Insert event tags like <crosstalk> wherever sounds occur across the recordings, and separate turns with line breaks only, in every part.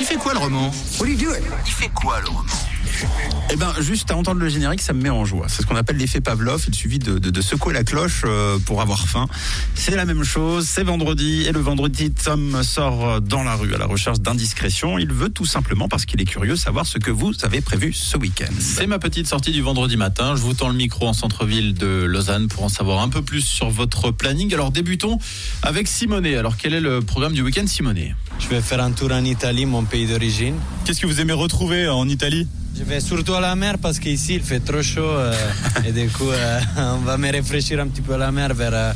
Il fait quoi le roman
Il fait quoi le roman
Eh ben, juste à entendre le générique, ça me met en joie. C'est ce qu'on appelle l'effet Pavlov. Il suffit de, de- de secouer la cloche euh, pour avoir faim. C'est la même chose. C'est vendredi et le vendredi, Tom sort euh, dans la rue à la recherche d'indiscrétion. Il veut tout simplement parce qu'il est curieux savoir ce que vous avez prévu ce week-end.
C'est ma petite sortie du vendredi matin. Je vous tends le micro en centre-ville de Lausanne pour en savoir un peu plus sur votre planning. Alors débutons avec Simonet. Alors quel est le programme du week-end Simonet
Je vais faire un tour en Italie, mon pays d'origine.
Qu'est-ce que vous aimez retrouver en Italie
Je vais surtout à la mer parce qu'ici il fait trop chaud euh, et du coup euh, on va me réfléchir un petit peu à la mer vers euh,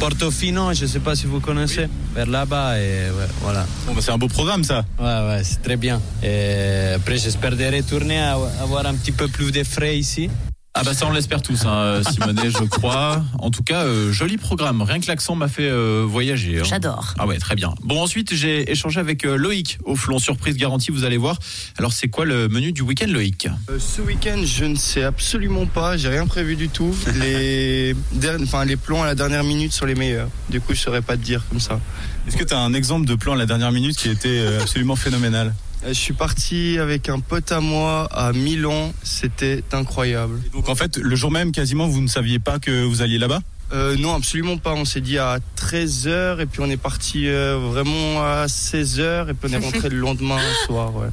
Portofino, je ne sais pas si vous connaissez, vers là-bas et ouais, voilà.
bah, C'est un beau programme ça.
Ouais ouais c'est très bien. Et après j'espère de retourner à avoir un petit peu plus de frais ici.
Ah bah ça on l'espère tous, hein, Simonet je crois. En tout cas, euh, joli programme. Rien que l'accent m'a fait euh, voyager. hein.
J'adore.
Ah ouais, très bien. Bon ensuite j'ai échangé avec euh, Loïc au flon. Surprise garantie, vous allez voir. Alors c'est quoi le menu du week-end Loïc
Euh, Ce week-end, je ne sais absolument pas, j'ai rien prévu du tout. Les, derni- enfin, les plans à la dernière minute sont les meilleurs. Du coup, je saurais pas te dire comme ça.
Est-ce que tu as un exemple de plan à la dernière minute qui était absolument phénoménal
Euh, Je suis parti avec un pote à moi à Milan, c'était incroyable.
Donc en fait, le jour même, quasiment, vous ne saviez pas que vous alliez là-bas
Euh, non, absolument pas, on s'est dit à 13h et puis on est parti euh, vraiment à 16h et puis on est rentré le lendemain soir. ouais.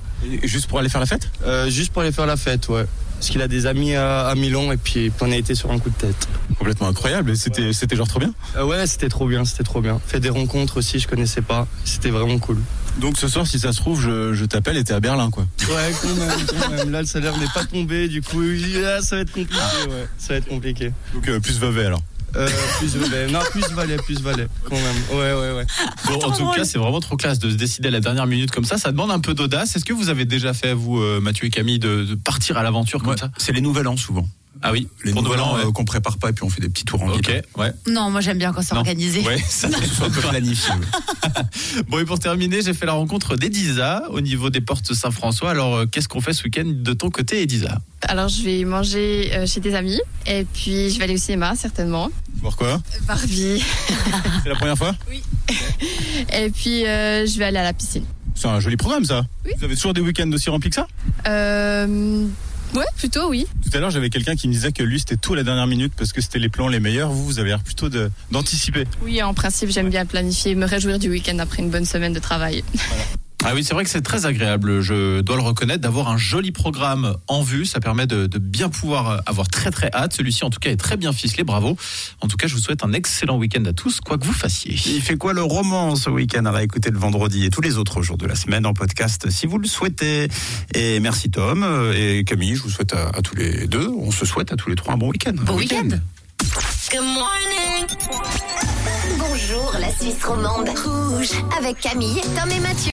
Juste pour aller faire la fête
Euh, juste pour aller faire la fête, ouais. Parce qu'il a des amis à, à Milan et puis, puis on a été sur un coup de tête.
Complètement incroyable, c'était c'était genre trop bien.
Euh, ouais, c'était trop bien, c'était trop bien. Fait des rencontres aussi, je connaissais pas, c'était vraiment cool.
Donc ce soir, si ça se trouve, je, je t'appelle et t'es à Berlin, quoi.
Ouais, quand même, quand même. Là, le salaire n'est pas tombé, du coup, là, ça va être compliqué, ouais. Ça va être compliqué.
Donc euh, plus Vevey alors.
Euh, plus valet. Non, plus valet, plus valet, quand même. Ouais, ouais, ouais.
Bon, en tout cas, c'est vraiment trop classe de se décider à la dernière minute comme ça. Ça demande un peu d'audace. Est-ce que vous avez déjà fait, vous, euh, Mathieu et Camille, de, de partir à l'aventure comme
Ouais,
ça
C'est les nouvel an souvent.
Ah oui,
Les
pour
nouvel
Nouvel
an
An,
euh,
ouais.
qu'on prépare pas et puis on fait des petits tours en
Ok,
ville.
ouais.
Non, moi j'aime bien quand c'est
Non.
organisé.
<laughs> Ouais, ça,
Que ce soit un peu planifié. oui.
<laughs> Bon, et pour terminer, j'ai fait la rencontre d'Edisa au niveau des portes Saint-François. Alors, euh, qu'est-ce qu'on fait ce week-end de ton côté, Edisa
Alors je vais manger euh, chez des amis et puis je vais aller au cinéma certainement.
Pourquoi
Barbie.
C'est la première fois
Et puis euh, je vais aller à la piscine.
C'est un joli programme, ça.
Oui.
Vous avez toujours des week-ends aussi remplis que ça
Euh, ouais, plutôt oui.
Tout à l'heure, j'avais quelqu'un qui me disait que lui, c'était tout à la dernière minute parce que c'était les plans les meilleurs. Vous, vous avez l'air plutôt de- d'anticiper.
Oui, en principe j'aime bien planifier, me réjouir du week-end après une bonne semaine de travail.
Ah oui, c'est vrai que c'est très agréable, je dois le reconnaître, d'avoir un joli programme en vue. Ça permet de, de bien pouvoir avoir très très hâte. Celui-ci, en tout cas, est très bien ficelé. Bravo. En tout cas, je vous souhaite un excellent week-end à tous, quoi que vous fassiez.
Il fait quoi le roman ce week-end à réécouter le vendredi et tous les autres jours de la semaine en podcast si vous le souhaitez. Et merci Tom euh, et Camille, je vous souhaite à, à tous les deux, on se souhaite à tous les trois un bon week-end.
Bon week-end.
Good morning. Bonjour la Suisse romande. Rouge avec Camille, Tom et Mathieu.